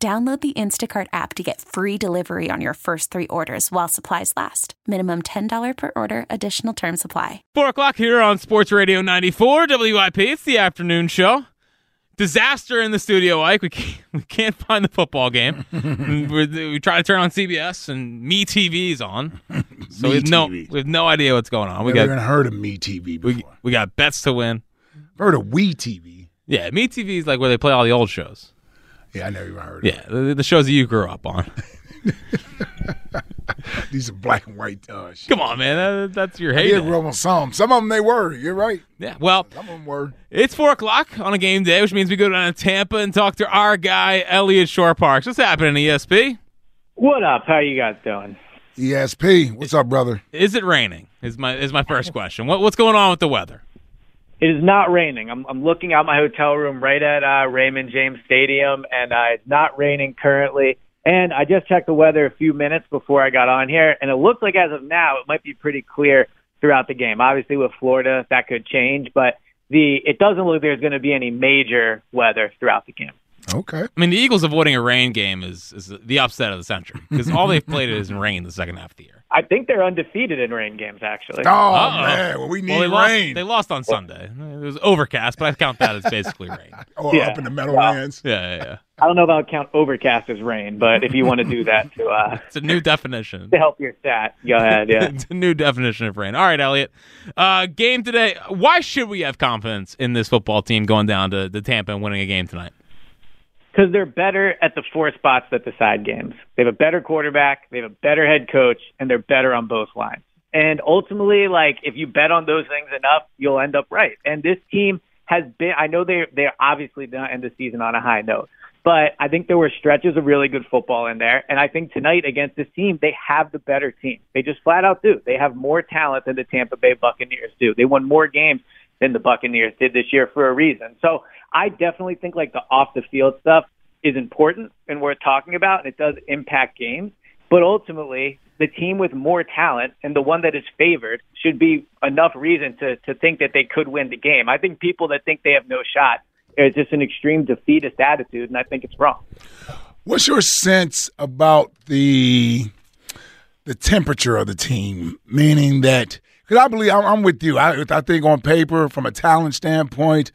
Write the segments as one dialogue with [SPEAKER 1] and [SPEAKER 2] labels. [SPEAKER 1] Download the Instacart app to get free delivery on your first three orders while supplies last. Minimum $10 per order, additional term supply.
[SPEAKER 2] Four o'clock here on Sports Radio 94 WIP. It's the afternoon show. Disaster in the studio, Ike. We can't, we can't find the football game. we, we try to turn on CBS and Me TV's on, so we have no we
[SPEAKER 3] MeTV.
[SPEAKER 2] have no idea what's going on. We
[SPEAKER 3] Never
[SPEAKER 2] got
[SPEAKER 3] even heard of Me TV before.
[SPEAKER 2] we, we got bets to win.
[SPEAKER 3] heard of We TV.
[SPEAKER 2] Yeah, Me TV's like where they play all the old shows.
[SPEAKER 3] Yeah, I never even heard of
[SPEAKER 2] Yeah, the, the shows that you grew up on.
[SPEAKER 3] it. These are black and white. Uh, shit.
[SPEAKER 2] Come on, man, that, that's your
[SPEAKER 3] Yeah,
[SPEAKER 2] heyday.
[SPEAKER 3] grew up on some. Some of them they were. You're right.
[SPEAKER 2] Yeah, well,
[SPEAKER 3] Some of them were.
[SPEAKER 2] It's four o'clock on a game day, which means we go down to Tampa and talk to our guy Elliot Shore Parks. What's happening, E ESP?
[SPEAKER 4] What up? How you guys doing?
[SPEAKER 3] ESP. E What's up, brother?
[SPEAKER 2] Is it raining? Is my is my first question. What what's going on with the weather?
[SPEAKER 4] It is not raining. I'm, I'm looking out my hotel room right at uh, Raymond James Stadium, and uh, it's not raining currently. And I just checked the weather a few minutes before I got on here, and it looks like as of now it might be pretty clear throughout the game. Obviously, with Florida, that could change, but the it doesn't look like there's going to be any major weather throughout the game.
[SPEAKER 3] Okay.
[SPEAKER 2] I mean, the Eagles avoiding a rain game is is the upset of the century because all they've played is in rain the second half of the year.
[SPEAKER 4] I think they're undefeated in rain games, actually.
[SPEAKER 3] Oh
[SPEAKER 2] Uh-oh.
[SPEAKER 3] man, well, we need
[SPEAKER 2] Well, they
[SPEAKER 3] rain.
[SPEAKER 2] lost. They lost on Sunday. It was overcast, but I count that as basically rain. Yeah,
[SPEAKER 3] oh,
[SPEAKER 4] Yeah.
[SPEAKER 3] up in the Meadowlands.
[SPEAKER 2] yeah, yeah.
[SPEAKER 4] I don't know if I'll count overcast as rain, but if you want to do that to uh,
[SPEAKER 2] It's a new definition.
[SPEAKER 4] to help your stat, go ahead. Yeah.
[SPEAKER 2] it's a new definition of rain. All right, Elliot. Uh, game today. Why should we have confidence in this football team going down to, to Tampa and winning a game tonight?
[SPEAKER 4] Because they're better at the four spots that decide games. They have a better quarterback, they have a better head coach, and they're better on both lines. And ultimately, like if you bet on those things enough, you'll end up right. And this team has been. I know they they're obviously not end the season on a high note, but I think there were stretches of really good football in there. And I think tonight against this team, they have the better team. They just flat out do. They have more talent than the Tampa Bay Buccaneers do. They won more games than the Buccaneers did this year for a reason. So I definitely think like the off the field stuff is important and worth talking about, and it does impact games. But ultimately, the team with more talent and the one that is favored should be enough reason to, to think that they could win the game. I think people that think they have no shot are just an extreme defeatist attitude, and I think it's wrong.
[SPEAKER 3] What's your sense about the the temperature of the team? Meaning that, because I believe I'm, I'm with you. I, I think on paper, from a talent standpoint,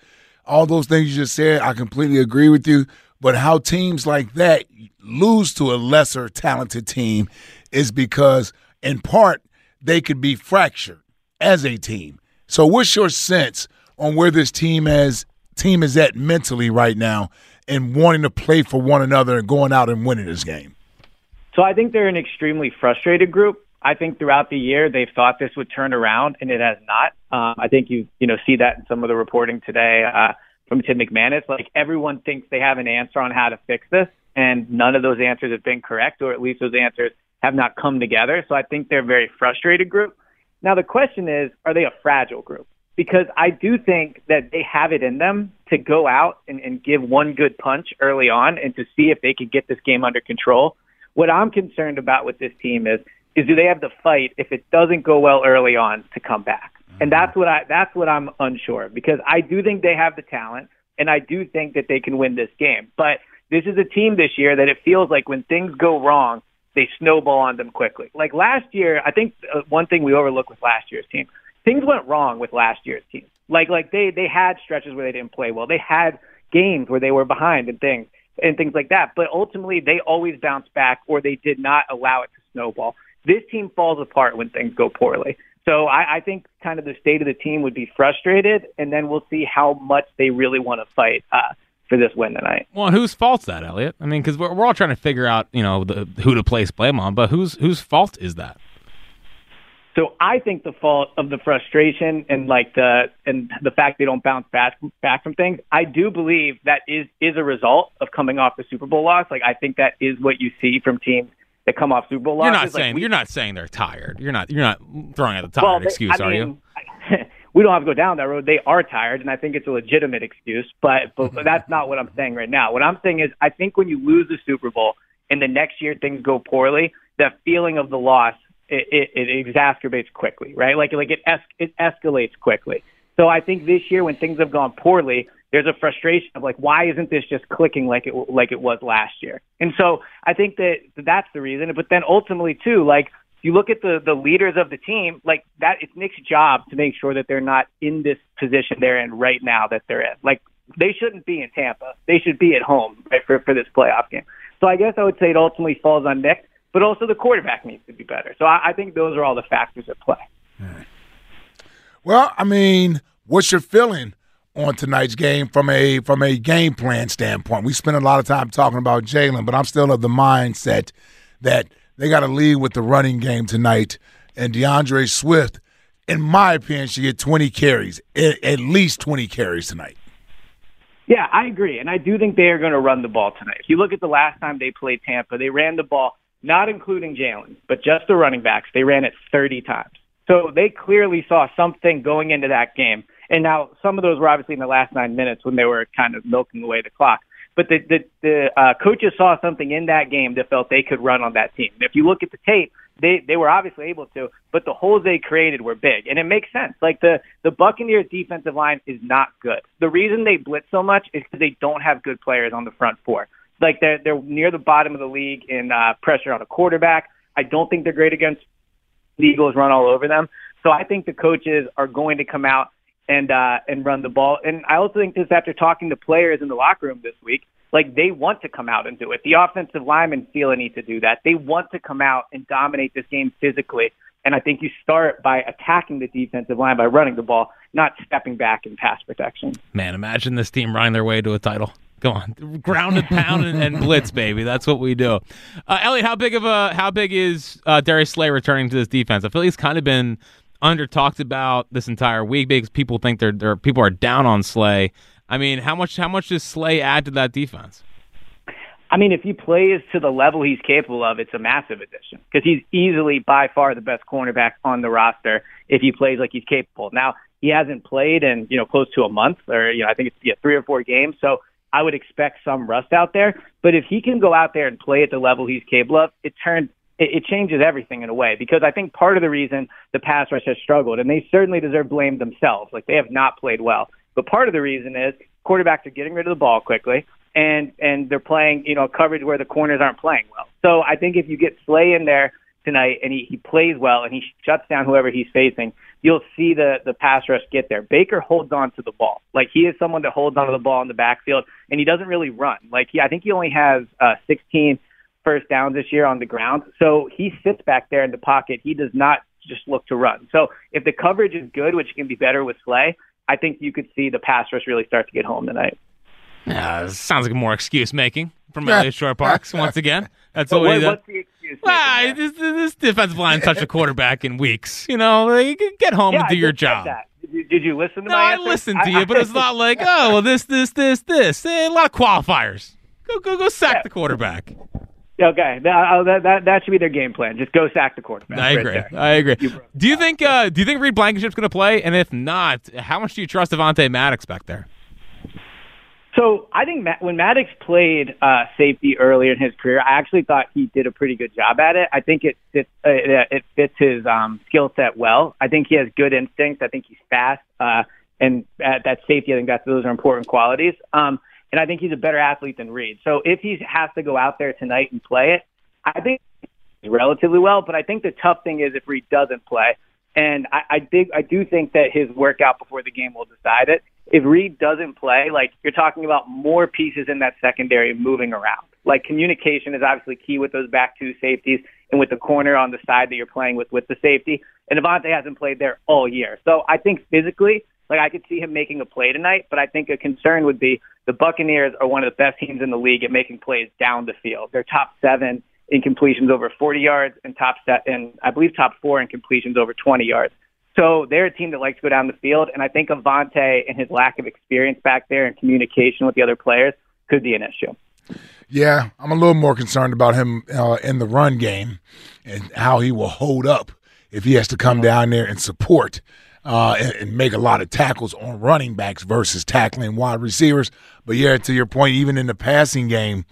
[SPEAKER 3] all those things you just said, I completely agree with you. But how teams like that lose to a lesser talented team is because, in part, they could be fractured as a team. So, what's your sense on where this team is team is at mentally right now, and wanting to play for one another and going out and winning this game?
[SPEAKER 4] So I think they're an extremely frustrated group. I think throughout the year they've thought this would turn around, and it has not. Um, I think you you know see that in some of the reporting today uh, from Tim McManus. Like everyone thinks they have an answer on how to fix this, and none of those answers have been correct, or at least those answers have not come together. So I think they're a very frustrated group. Now the question is, are they a fragile group? Because I do think that they have it in them to go out and, and give one good punch early on and to see if they could get this game under control. What I'm concerned about with this team is is do they have the fight if it doesn't go well early on to come back? And that's what I that's what I'm unsure of because I do think they have the talent and I do think that they can win this game. But this is a team this year that it feels like when things go wrong, they snowball on them quickly. Like last year, I think uh, one thing we overlooked with last year's team, things went wrong with last year's team. Like like they they had stretches where they didn't play well. They had games where they were behind and things and things like that. But ultimately, they always bounce back, or they did not allow it to snowball. This team falls apart when things go poorly. So I, I think kind of the state of the team would be frustrated, and then we'll see how much they really want to fight uh, for this win tonight.
[SPEAKER 2] Well, and whose fault's that, Elliot? I mean, because we're, we're all trying to figure out, you know, the, who to place blame on, but whose whose fault is that?
[SPEAKER 4] So I think the fault of the frustration and like the and the fact they don't bounce back back from things, I do believe that is is a result of coming off the Super Bowl loss. Like I think that is what you see from teams that come off Super Bowl
[SPEAKER 2] You're not
[SPEAKER 4] losses. Like,
[SPEAKER 2] saying
[SPEAKER 4] we-
[SPEAKER 2] you're not saying they're tired. You're not you're not throwing out the tired
[SPEAKER 4] well, they-
[SPEAKER 2] excuse,
[SPEAKER 4] I
[SPEAKER 2] are you?
[SPEAKER 4] mean, We don't have to go down that road. They are tired, and I think it's a legitimate excuse. But but that's not what I'm saying right now. What I'm saying is, I think when you lose the Super Bowl and the next year things go poorly, that feeling of the loss it, it, it exacerbates quickly, right? Like like it es- it escalates quickly. So I think this year when things have gone poorly, there's a frustration of like, why isn't this just clicking like it like it was last year? And so I think that that's the reason. But then ultimately too, like if you look at the the leaders of the team, like that, it's Nick's job to make sure that they're not in this position they're in right now that they're in. Like they shouldn't be in Tampa. They should be at home right, for for this playoff game. So I guess I would say it ultimately falls on Nick, but also the quarterback needs to be better. So I, I think those are all the factors at play.
[SPEAKER 3] Well, I mean, what's your feeling on tonight's game from a from a game plan standpoint? We spent a lot of time talking about Jalen, but I'm still of the mindset that they got to lead with the running game tonight. And DeAndre Swift, in my opinion, should get 20 carries, at, at least 20 carries tonight.
[SPEAKER 4] Yeah, I agree. And I do think they are going to run the ball tonight. If you look at the last time they played Tampa, they ran the ball, not including Jalen, but just the running backs. They ran it 30 times. So they clearly saw something going into that game. And now some of those were obviously in the last nine minutes when they were kind of milking away the clock. But the, the, the uh, coaches saw something in that game that felt they could run on that team. And if you look at the tape, they they were obviously able to, but the holes they created were big, and it makes sense. Like the the Buccaneers defensive line is not good. The reason they blitz so much is because they don't have good players on the front four. Like they're they're near the bottom of the league in uh, pressure on a quarterback. I don't think they're great against the Eagles run all over them. So I think the coaches are going to come out and uh, and run the ball. And I also think this after talking to players in the locker room this week, like they want to come out and do it. The offensive linemen feel a need to do that. They want to come out and dominate this game physically. And I think you start by attacking the defensive line by running the ball, not stepping back in pass protection.
[SPEAKER 2] Man, imagine this team running their way to a title. Go on, ground and pound and, and blitz, baby. That's what we do. Uh, Elliot, how big of a how big is uh, Darius Slay returning to this defense? I feel he's kind of been under talked about this entire week because people think they're, they're people are down on Slay. I mean, how much how much does Slay add to that defense?
[SPEAKER 4] I mean, if he plays to the level he's capable of, it's a massive addition because he's easily by far the best cornerback on the roster if he plays like he's capable. Now, he hasn't played in, you know, close to a month or, you know, I think it's yeah, three or four games. So I would expect some rust out there. But if he can go out there and play at the level he's capable of, it turns it, it changes everything in a way because I think part of the reason the pass rush has struggled, and they certainly deserve blame themselves, like they have not played well. But part of the reason is quarterbacks are getting rid of the ball quickly, and and they're playing you know coverage where the corners aren't playing well. So I think if you get Slay in there tonight and he, he plays well and he shuts down whoever he's facing, you'll see the the pass rush get there. Baker holds on to the ball. Like he is someone that holds on to the ball in the backfield and he doesn't really run. Like he I think he only has uh 16 first downs this year on the ground. So he sits back there in the pocket. He does not just look to run. So if the coverage is good, which can be better with Slay, I think you could see the pass rush really start to get home tonight.
[SPEAKER 2] Yeah, sounds like more excuse making from Elliot Shore Parks once again. That's what we
[SPEAKER 4] What,
[SPEAKER 2] do.
[SPEAKER 4] what's the excuse?
[SPEAKER 2] Ah,
[SPEAKER 4] Nathan?
[SPEAKER 2] this, this defensive line touched a quarterback in weeks. You know, like, get home and
[SPEAKER 4] I
[SPEAKER 2] do your
[SPEAKER 4] just said
[SPEAKER 2] job.
[SPEAKER 4] that. Did you, did you listen to
[SPEAKER 2] No,
[SPEAKER 4] my
[SPEAKER 2] I
[SPEAKER 4] answer?
[SPEAKER 2] listened to you, but it's not like, oh, well, this, this, this, this. Eh, a lot of qualifiers. Go, go, go, sack the quarterback.
[SPEAKER 4] Okay, that, uh, that, that, that should be their game plan. Just go sack the quarterback.
[SPEAKER 2] I
[SPEAKER 4] right
[SPEAKER 2] agree.
[SPEAKER 4] there.
[SPEAKER 2] I agree. Do you think? Uh, do you think Reed Blankenship's going to play? And if not, how much do you trust Devontae Maddox back there?
[SPEAKER 4] So I think Ma- when Maddox played uh, safety earlier in his career, I actually thought he did a pretty good job at it. I think it fits, uh, it it fits his um, skill set well. I think he has good instincts. I think he's fast, uh, and at that safety, I think that's those are important qualities. Um, and I think he's a better athlete than Reed. So if he has to go out there tonight and play it, I think relatively well. But I think the tough thing is if Reed doesn't play, and I, I think I do think that his workout before the game will decide it. If Reed doesn't play, like you're talking about more pieces in that secondary moving around. Like communication is obviously key with those back two safeties and with the corner on the side that you're playing with with the safety. And Devontae hasn't played there all year. So I think physically, like I could see him making a play tonight, but I think a concern would be the Buccaneers are one of the best teams in the league at making plays down the field. They're top seven in completions over 40 yards and top set, and I believe top four in completions over 20 yards. So they're a team that likes to go down the field, and I think Avante and his lack of experience back there and communication with the other players could be an issue.
[SPEAKER 3] Yeah, I'm a little more concerned about him uh, in the run game and how he will hold up if he has to come down there and support uh, and, and make a lot of tackles on running backs versus tackling wide receivers. But yeah, to your point, even in the passing game,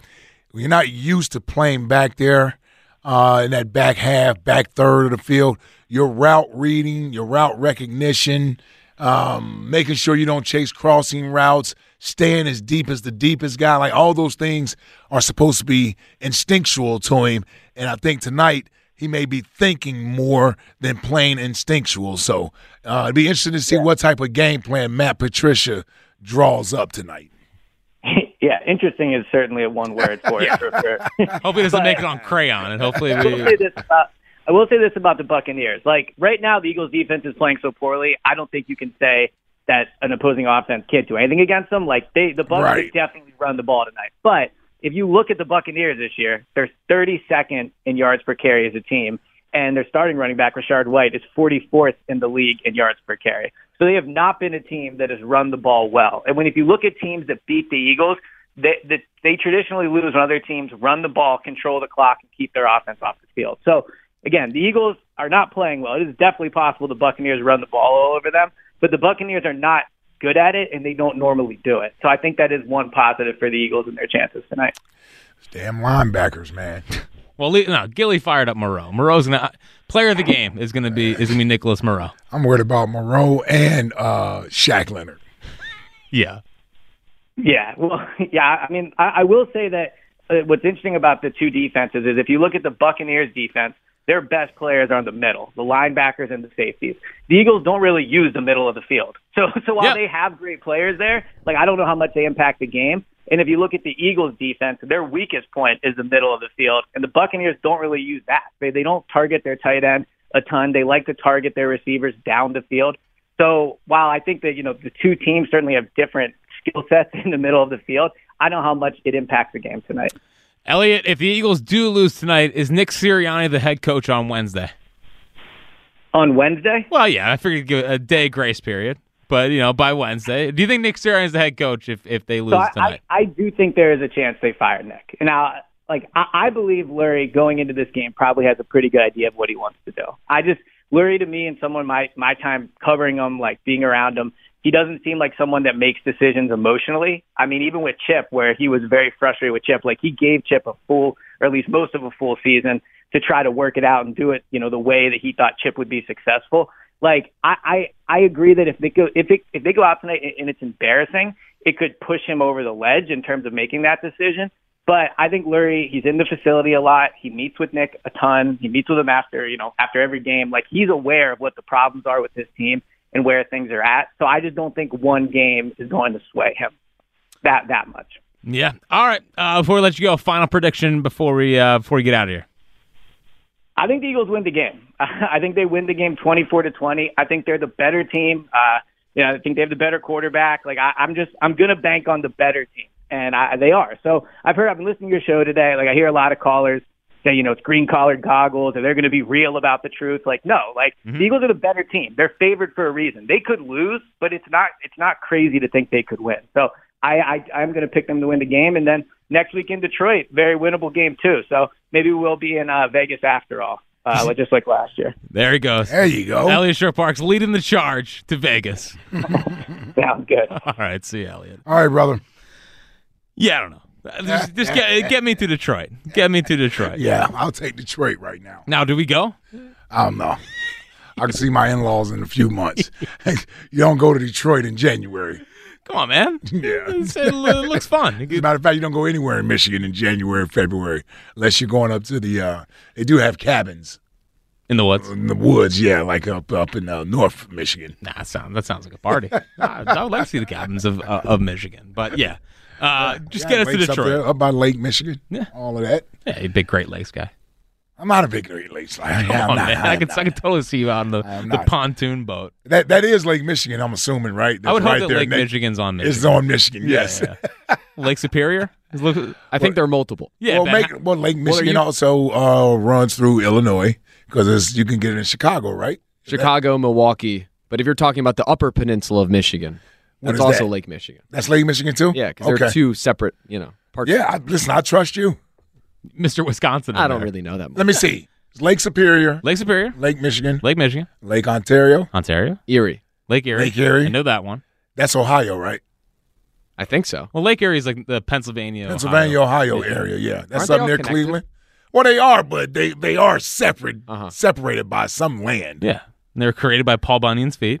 [SPEAKER 3] you're not used to playing back there uh, in that back half, back third of the field. Your route reading, your route recognition, um, making sure you don't chase crossing routes, staying as deep as the deepest guy. Like all those things are supposed to be instinctual to him. And I think tonight he may be thinking more than playing instinctual. So uh, it'd be interesting to see what type of game plan Matt Patricia draws up tonight.
[SPEAKER 4] yeah, interesting is certainly a one word for it. For, for,
[SPEAKER 2] Hopefully, it doesn't make it on crayon, and hopefully
[SPEAKER 4] I will say
[SPEAKER 2] we.
[SPEAKER 4] this about I will say this about the Buccaneers. Like right now, the Eagles' defense is playing so poorly. I don't think you can say that an opposing offense can't do anything against them. Like they, the Bucks
[SPEAKER 3] Right.
[SPEAKER 4] definitely run the ball tonight. But if you look at the Buccaneers this year, they're 32nd in yards per carry as a team, and their starting running back Rashard White is 44th in the league in yards per carry. So they have not been a team that has run the ball well. And when if you look at teams that beat the Eagles, they, they, they traditionally lose when other teams run the ball, control the clock, and keep their offense off the field. So again, the Eagles are not playing well. It is definitely possible the Buccaneers run the ball all over them, but the Buccaneers are not good at it, and they don't normally do it. So I think that is one positive for the Eagles and their chances tonight.
[SPEAKER 3] Damn linebackers, man.
[SPEAKER 2] Well, le- no, Gilly fired up Moreau. Moreau's gonna player of the game is gonna be is gonna be Nicholas Moreau.
[SPEAKER 3] I'm worried about Moreau and uh, Shaq Leonard.
[SPEAKER 2] Yeah,
[SPEAKER 4] Yeah, well, yeah. I mean, I, I will say that uh, what's interesting about the two defenses is if you look at the Buccaneers defense, their best players are in the middle, the linebackers and the safeties. The Eagles don't really use the middle of the field, so so while
[SPEAKER 2] Yeah.
[SPEAKER 4] they have great players there, like I don't know how much they impact the game. And if you look at the Eagles defense, their weakest point is the middle of the field, and the Buccaneers don't really use that. They they don't target their tight end a ton. They like to target their receivers down the field. So while I think that you know the two teams certainly have different skill sets in the middle of the field, I know how much it impacts the game tonight.
[SPEAKER 2] Elliot. If the Eagles do lose tonight, is Nick Sirianni the head coach on Wednesday?
[SPEAKER 4] On Wednesday,
[SPEAKER 2] Well, yeah, I figured give it a day grace period, but you know, by Wednesday, do you think Nick Sirianni is the head coach if if they lose
[SPEAKER 4] so I,
[SPEAKER 2] tonight?
[SPEAKER 4] I, I do think there is a chance they fire Nick. Now, like I, I believe Lurie going into this game probably has a pretty good idea of what he wants to do. I just Lurie to me and someone my my time covering him, like being around him, he doesn't seem like someone that makes decisions emotionally. I mean, even with Chip, where he was very frustrated with Chip, like he gave Chip a full, or at least most of a full season to try to work it out and do it, you know, the way that he thought Chip would be successful. Like I, I, I agree that if they go if it, if they go out tonight and- and it's embarrassing, it could push him over the ledge in terms of making that decision. But I think Lurie, he's in the facility a lot. He meets with Nick a ton. He meets with him after, you know, after every game. Like he's aware of what the problems are with his team and where things are at. So I just don't think one game is going to sway him that that much.
[SPEAKER 2] yeah. All right. Uh, before we let you go, final prediction before we uh, before we get out of here.
[SPEAKER 4] I think the Eagles win the game. I think they win the game 24 to 20. I think they're the better team. Uh, you know, I think they have the better quarterback. Like I, I'm just, I'm gonna bank on the better team, and I, they are. So I've heard, I've been listening to your show today. Like I hear a lot of callers say, you know, it's green collared goggles, and they're gonna be real about the truth. Like no, like the Eagles are the better team. They're favored for a reason. They could lose, but it's not, it's not crazy to think they could win. So I, I I'm going to pick them to win the game, and then next week in Detroit, very winnable game too. So maybe we'll be in uh, Vegas after all, uh, just like last year.
[SPEAKER 2] There he goes.
[SPEAKER 3] There you go.
[SPEAKER 2] Elliot Shore Parks leading the charge to Vegas.
[SPEAKER 4] Sounds good.
[SPEAKER 2] All right, see you, Elliot.
[SPEAKER 3] All right, brother.
[SPEAKER 2] Yeah, I don't know. Uh, Just, just get get me to Detroit. Get me to Detroit.
[SPEAKER 3] Yeah, I'll take Detroit right now.
[SPEAKER 2] Now, do we go?
[SPEAKER 3] I don't know. I can see my in-laws in a few months. you don't go to Detroit in January.
[SPEAKER 2] Come on, man.
[SPEAKER 3] Yeah.
[SPEAKER 2] It's- It lo- looks fun. You
[SPEAKER 3] As a
[SPEAKER 2] could-
[SPEAKER 3] matter of fact, you don't go anywhere in Michigan in January, February, unless you're going up to the. Uh, they do have cabins
[SPEAKER 2] In the woods.
[SPEAKER 3] in the woods, yeah, like up up in uh, North Michigan.
[SPEAKER 2] Nah, that sounds that sounds like a party. I, I would like to see the cabins of uh, of Michigan, but yeah, uh, just
[SPEAKER 3] Yeah,
[SPEAKER 2] get us to
[SPEAKER 3] lakes up,
[SPEAKER 2] Detroit.
[SPEAKER 3] there, up by Lake Michigan.
[SPEAKER 2] Yeah.
[SPEAKER 3] all of that.
[SPEAKER 2] Yeah, you big Great Lakes guy.
[SPEAKER 3] I'm not a big Great Lakes. Like, I,
[SPEAKER 2] Come
[SPEAKER 3] am
[SPEAKER 2] on,
[SPEAKER 3] not,
[SPEAKER 2] man.
[SPEAKER 3] I
[SPEAKER 2] I
[SPEAKER 3] am
[SPEAKER 2] can
[SPEAKER 3] not.
[SPEAKER 2] I can totally see you on the,
[SPEAKER 3] I am
[SPEAKER 2] the
[SPEAKER 3] not.
[SPEAKER 2] pontoon boat.
[SPEAKER 3] That that is Lake Michigan. I'm assuming, right?
[SPEAKER 2] I would
[SPEAKER 3] That's right
[SPEAKER 2] hope that
[SPEAKER 3] there
[SPEAKER 2] Lake
[SPEAKER 3] next-
[SPEAKER 2] Michigan's on Michigan.
[SPEAKER 3] It's on Michigan.
[SPEAKER 2] Yeah,
[SPEAKER 3] yes.
[SPEAKER 2] yeah, yeah. Lake Superior. Look,
[SPEAKER 5] I think there are multiple.
[SPEAKER 2] yeah,
[SPEAKER 3] well,
[SPEAKER 2] Van-
[SPEAKER 3] make, well, Lake
[SPEAKER 5] Well, are
[SPEAKER 3] Michigan
[SPEAKER 5] you-
[SPEAKER 3] also uh, runs through Illinois because you can get it in Chicago, right?
[SPEAKER 5] Chicago, Milwaukee. But if you're talking about the upper peninsula of Michigan,
[SPEAKER 3] What
[SPEAKER 5] that's
[SPEAKER 3] is
[SPEAKER 5] also
[SPEAKER 3] that?
[SPEAKER 5] Lake Michigan.
[SPEAKER 3] That's Lake Michigan too.
[SPEAKER 5] Yeah, because
[SPEAKER 3] okay.
[SPEAKER 5] they're two separate, you know, parts.
[SPEAKER 3] yeah, I, listen, I trust you.
[SPEAKER 2] Mr. Wisconsin. in
[SPEAKER 5] I don't
[SPEAKER 2] there.
[SPEAKER 5] really know that much.
[SPEAKER 3] Let me see. It's Lake Superior,
[SPEAKER 2] Lake Superior,
[SPEAKER 3] Lake Michigan,
[SPEAKER 2] Lake Michigan,
[SPEAKER 3] Lake Ontario.
[SPEAKER 2] Ontario,
[SPEAKER 5] Erie.
[SPEAKER 2] Lake Erie.
[SPEAKER 3] Lake Erie.
[SPEAKER 2] I know that one.
[SPEAKER 3] That's Ohio, right?
[SPEAKER 5] I think so.
[SPEAKER 2] Well, Lake Erie is like the Pennsylvania, Ohio.
[SPEAKER 3] Pennsylvania, Ohio, area. Yeah, that's
[SPEAKER 5] Aren't they
[SPEAKER 3] up
[SPEAKER 5] all
[SPEAKER 3] near
[SPEAKER 5] connected?
[SPEAKER 3] Cleveland. Well, they are, but they they are separate,
[SPEAKER 5] Uh-huh.
[SPEAKER 3] separated by some land.
[SPEAKER 2] Yeah, and they were created by Paul Bunyan's feet.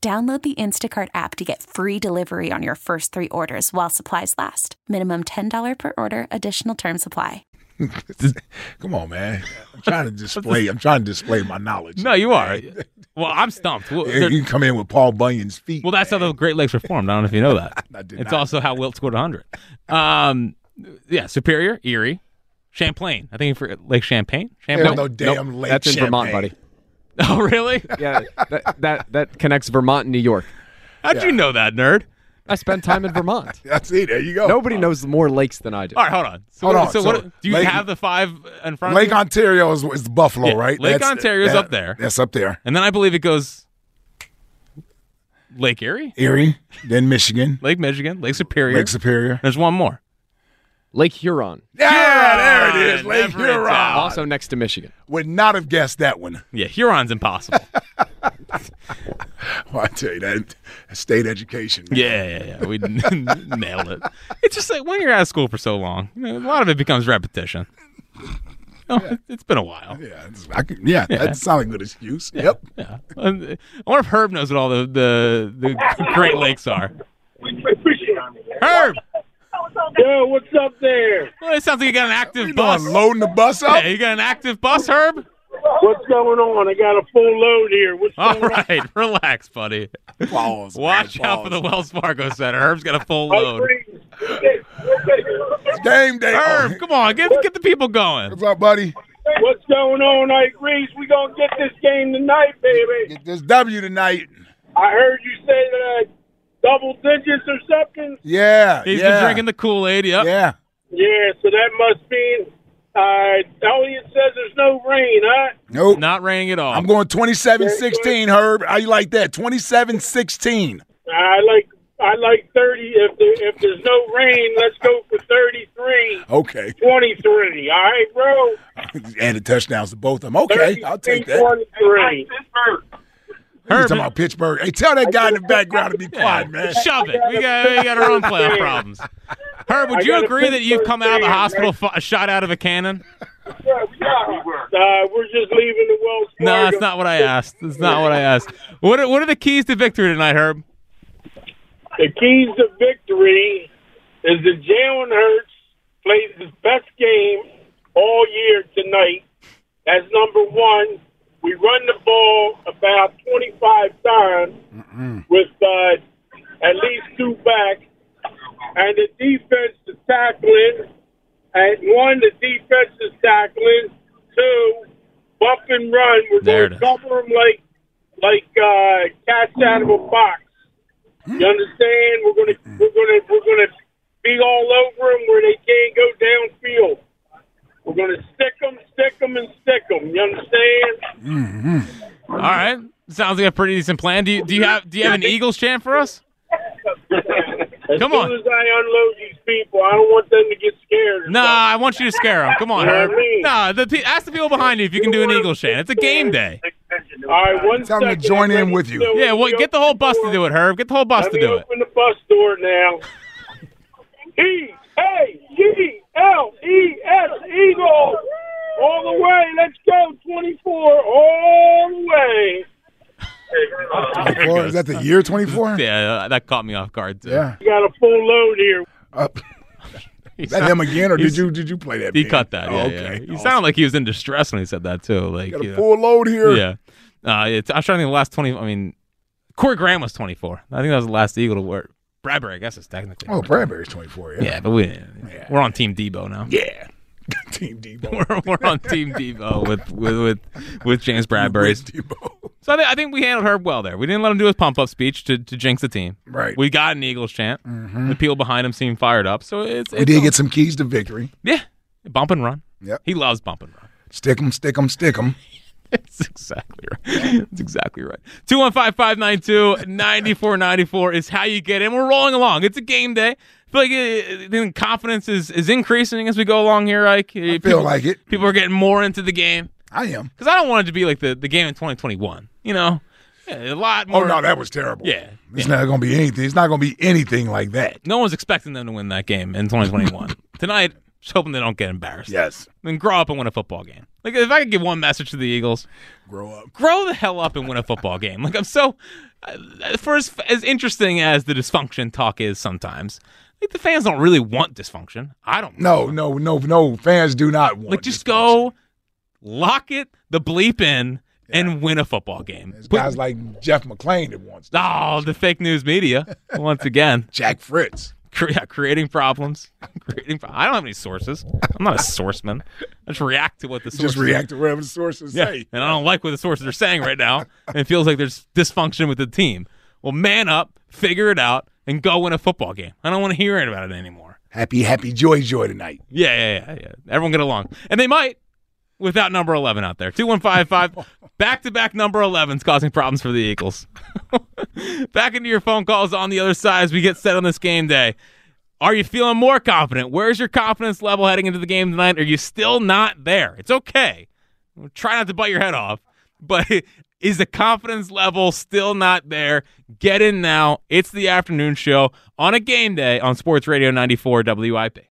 [SPEAKER 1] Download the Instacart app to get free delivery on your first three orders while supplies last. Minimum $10 per order, additional term supply.
[SPEAKER 3] Come on, man. I'm trying to display. I'm trying to display my knowledge.
[SPEAKER 2] No, you are. well, I'm stumped. Well,
[SPEAKER 3] You
[SPEAKER 2] they're-
[SPEAKER 3] can come in with Paul Bunyan's feet.
[SPEAKER 2] well, that's how the Great Lakes were formed. I don't know if you know that.
[SPEAKER 3] I did
[SPEAKER 2] it's
[SPEAKER 3] not.
[SPEAKER 2] also how Wilt scored 100. Um, yeah, Superior, Erie, Champlain. I think you forget Lake Champlain.
[SPEAKER 3] There's
[SPEAKER 2] Champlain.
[SPEAKER 3] Oh, no damn
[SPEAKER 5] Nope,
[SPEAKER 3] lake.
[SPEAKER 5] that's in Vermont,
[SPEAKER 3] Champaign.
[SPEAKER 5] buddy.
[SPEAKER 2] Oh, really?
[SPEAKER 5] Yeah, that, that that connects Vermont and New York.
[SPEAKER 2] How'd you know that, nerd?
[SPEAKER 5] I spent time in Vermont.
[SPEAKER 3] I see. There you go.
[SPEAKER 5] Nobody knows more lakes than I do.
[SPEAKER 2] All right, hold on. So,
[SPEAKER 3] Hold
[SPEAKER 2] what-
[SPEAKER 3] on,
[SPEAKER 2] So,
[SPEAKER 3] so
[SPEAKER 2] what, do you
[SPEAKER 3] Lake-
[SPEAKER 2] have the five in front
[SPEAKER 3] Lake
[SPEAKER 2] of you?
[SPEAKER 3] Ontario is, is Buffalo,
[SPEAKER 2] Yeah,
[SPEAKER 3] right?
[SPEAKER 2] Lake Ontario's up there.
[SPEAKER 3] That's up there.
[SPEAKER 2] and then I believe it goes Lake Erie,
[SPEAKER 3] Erie, then Michigan,
[SPEAKER 2] Lake Michigan, Lake Superior.
[SPEAKER 3] Lake Superior.
[SPEAKER 2] There's one more.
[SPEAKER 5] Lake Huron,
[SPEAKER 3] Yeah, there it is.
[SPEAKER 2] Huron,
[SPEAKER 3] Lake
[SPEAKER 2] never it's
[SPEAKER 3] Huron.
[SPEAKER 2] out.
[SPEAKER 5] also next to Michigan.
[SPEAKER 3] Would not have guessed that one.
[SPEAKER 2] Yeah, Huron's impossible.
[SPEAKER 3] Well, I tell you that state education. man.
[SPEAKER 2] yeah, yeah, yeah. We n- nailed it. It's just like when you're out of school for so long, you know, a lot of it becomes repetition. Oh, It's been a while.
[SPEAKER 3] Yeah, it's- I could, yeah, that sounds like a good excuse. Yep.
[SPEAKER 2] Yeah. Um, I wonder if Herb knows what all the, the, the Great Lakes are. Herb!
[SPEAKER 6] Yo, what's up there?
[SPEAKER 2] Well, it sounds like you got an active
[SPEAKER 3] You know,
[SPEAKER 2] bus.
[SPEAKER 3] I'm loading the bus up.
[SPEAKER 2] Yeah, you got an active bus, Herb?
[SPEAKER 6] What's going on? I got a full load here. What's
[SPEAKER 2] All
[SPEAKER 6] going on?
[SPEAKER 2] right, relax, buddy.
[SPEAKER 3] Pause, man,
[SPEAKER 2] Watch out for the
[SPEAKER 3] pause.
[SPEAKER 2] Wells Fargo Center. Herb's got a full load.
[SPEAKER 3] game day.
[SPEAKER 2] Herb,
[SPEAKER 3] Oh,
[SPEAKER 2] come on, get get the people going.
[SPEAKER 3] what's up, buddy?
[SPEAKER 6] What's going on, Ike Reese? We gonna get this game tonight, baby.
[SPEAKER 3] Get this W tonight.
[SPEAKER 6] I heard you say that uh, double digits or something.
[SPEAKER 3] Yeah.
[SPEAKER 2] He's
[SPEAKER 3] yeah.
[SPEAKER 2] been drinking the Kool Aid. Yep.
[SPEAKER 3] Yeah.
[SPEAKER 6] Yeah, so that must mean uh, Elliot says there's no rain, huh?
[SPEAKER 3] Nope.
[SPEAKER 2] Not raining at all.
[SPEAKER 3] I'm going 27-16, Herb. How you like that? 27-16.
[SPEAKER 6] I like I like thirty. If there, if there's no rain, let's go for 33,
[SPEAKER 3] Okay.
[SPEAKER 6] 23. All right, bro.
[SPEAKER 3] Added touchdowns to both of them. Okay, I'll take that.
[SPEAKER 6] 23.
[SPEAKER 3] He's
[SPEAKER 2] Herb,
[SPEAKER 3] talking about Pittsburgh. Hey, tell that guy in the background to be quiet, man.
[SPEAKER 2] Shove it. We got, we got our own playoff problems. Herb, would
[SPEAKER 6] I
[SPEAKER 2] you
[SPEAKER 6] got a
[SPEAKER 2] agree that you've come out of the
[SPEAKER 6] Pittsburgh
[SPEAKER 2] hospital fu- shot out of a cannon?
[SPEAKER 6] Uh, we're just leaving the Wells
[SPEAKER 2] No,
[SPEAKER 6] Fargo.
[SPEAKER 2] that's not what I asked. That's not what I asked. What are, what are the keys to victory tonight, Herb?
[SPEAKER 6] The keys to victory is that Jalen Hurts plays his best game all year tonight. That's number one. We run the ball about 25 times with uh, at least two back, and the defense is tackling. And one, the defense is tackling. Two, bump and run. We're
[SPEAKER 2] There it
[SPEAKER 6] going
[SPEAKER 2] is.
[SPEAKER 6] to cover them like like uh, cats out of a box. You understand? We're gonna we're gonna we're gonna be all over them where they can't go downfield. We're gonna stick them, stick them, and stick them. You understand?
[SPEAKER 2] All right. Sounds like a pretty decent plan. Do you, do you have do you have an Eagles chant for us?
[SPEAKER 6] As
[SPEAKER 2] Come
[SPEAKER 6] soon
[SPEAKER 2] on.
[SPEAKER 6] as I unload these people, I don't want them to get scared.
[SPEAKER 2] No, I want you to scare them. Come on,
[SPEAKER 6] Yeah,
[SPEAKER 2] Herb.
[SPEAKER 6] me.
[SPEAKER 2] No, the, pe- ask the people behind you if you can do an Eagles chant. It's a game day.
[SPEAKER 6] All right, one
[SPEAKER 3] Tell 'em to
[SPEAKER 6] second.
[SPEAKER 3] join in
[SPEAKER 6] Let me
[SPEAKER 3] with you.
[SPEAKER 6] open
[SPEAKER 2] Yeah, well,
[SPEAKER 6] the
[SPEAKER 2] get the whole bus to
[SPEAKER 6] door.
[SPEAKER 2] do it, Herb. Get the whole bus
[SPEAKER 6] Let
[SPEAKER 2] to
[SPEAKER 6] me
[SPEAKER 2] do it.
[SPEAKER 6] open the bus door now. E A G L E S Eagles. All the way. Let's go. 24 all the way. uh,
[SPEAKER 3] Boy, is that the year 24?
[SPEAKER 2] uh, Yeah, that caught me off guard. Too.
[SPEAKER 3] Yeah.
[SPEAKER 6] We got a full load here.
[SPEAKER 3] Up.
[SPEAKER 2] He
[SPEAKER 3] that
[SPEAKER 2] sound-
[SPEAKER 3] him again, or did
[SPEAKER 2] he's-
[SPEAKER 3] you did you play that?
[SPEAKER 2] He
[SPEAKER 3] man?
[SPEAKER 2] cut that. Yeah,
[SPEAKER 3] Oh,
[SPEAKER 2] yeah.
[SPEAKER 3] okay.
[SPEAKER 2] He sounded like he was in distress when he said that too. Like
[SPEAKER 3] got
[SPEAKER 2] you
[SPEAKER 3] a
[SPEAKER 2] know.
[SPEAKER 3] full load here.
[SPEAKER 2] Yeah. Uh, it's, I was trying to think of the last 20. I mean, Corey Graham was 24. I think that was the last Eagle to wear. Bradbury, I guess it's technically.
[SPEAKER 3] Oh, Bradbury's twenty four. Yeah.
[SPEAKER 2] Yeah, but we, we're on Team Debo now.
[SPEAKER 3] Yeah. Team Debo.
[SPEAKER 2] We're, we're on Team Debo with, with, with, with James Bradbury.
[SPEAKER 3] With Debo.
[SPEAKER 2] So I, thi- I think we handled Herb well there. We didn't let him do his pump up speech to, to jinx the team.
[SPEAKER 3] Right.
[SPEAKER 2] We got an Eagles chant. The people behind him seemed fired up. So it's.
[SPEAKER 3] We
[SPEAKER 2] it's
[SPEAKER 3] Oh, did get some keys to victory.
[SPEAKER 2] Yeah. Bump and run.
[SPEAKER 3] Yep.
[SPEAKER 2] He loves bump and run.
[SPEAKER 3] Stick 'em, stick 'em, stick 'em.
[SPEAKER 2] That's exactly right. That's exactly right. 215 592 9494 is how you get in. We're rolling along. It's a game day. I feel like uh, the confidence is, is increasing as we go along here, Ike. I
[SPEAKER 3] Feel like it.
[SPEAKER 2] People are getting more into the game.
[SPEAKER 3] I am.
[SPEAKER 2] Because I don't want it to be like the, the game in 2021. You know? Yeah, a lot
[SPEAKER 3] Oh
[SPEAKER 2] more.
[SPEAKER 3] no, that was terrible.
[SPEAKER 2] Yeah.
[SPEAKER 3] It's not gonna be anything. It's not gonna be anything like that.
[SPEAKER 2] No one's expecting them to win that game in 2021. Tonight, just hoping they don't get embarrassed.
[SPEAKER 3] Yes.
[SPEAKER 2] I mean, grow up and win a football game. Like, if I could give one message to the Eagles,
[SPEAKER 3] Grow up.
[SPEAKER 2] grow the hell up and win a football game. Like I'm so, uh, for as, as interesting as the dysfunction talk is sometimes, like the fans don't really want dysfunction. I don't.
[SPEAKER 3] No, no, no, no. Fans do not want.
[SPEAKER 2] like just
[SPEAKER 3] this person.
[SPEAKER 2] go, lock it the bleep in and win a football game.
[SPEAKER 3] There's
[SPEAKER 2] Put-
[SPEAKER 3] guys like Jeff McClain that wants that.
[SPEAKER 2] oh, the fake news media once again,
[SPEAKER 3] Jack Fritz.
[SPEAKER 2] cre- yeah, creating problems. Creating. Pro- I don't have any sources. I'm not a sourceman. I just react to what the sources
[SPEAKER 3] Just react to whatever the sources
[SPEAKER 2] Yeah.
[SPEAKER 3] say.
[SPEAKER 2] And I don't like what the sources are saying right now. and it feels like there's dysfunction with the team. Well, man up, figure it out, and go win a football game. I don't want to hear it about it anymore.
[SPEAKER 3] Happy, happy, joy, joy tonight.
[SPEAKER 2] Yeah, yeah, yeah, yeah. Everyone get along. And they might without number 11 out there. 2155, back to back number 11s causing problems for the Eagles. back into your phone calls on the other side as we get set on this game day. Are you feeling more confident? Where's your confidence level heading into the game tonight? Are you still not there? It's okay. Try not to bite your head off, but is the confidence level still not there? Get in now. It's the afternoon show on a game day on Sports Radio 94 WIP.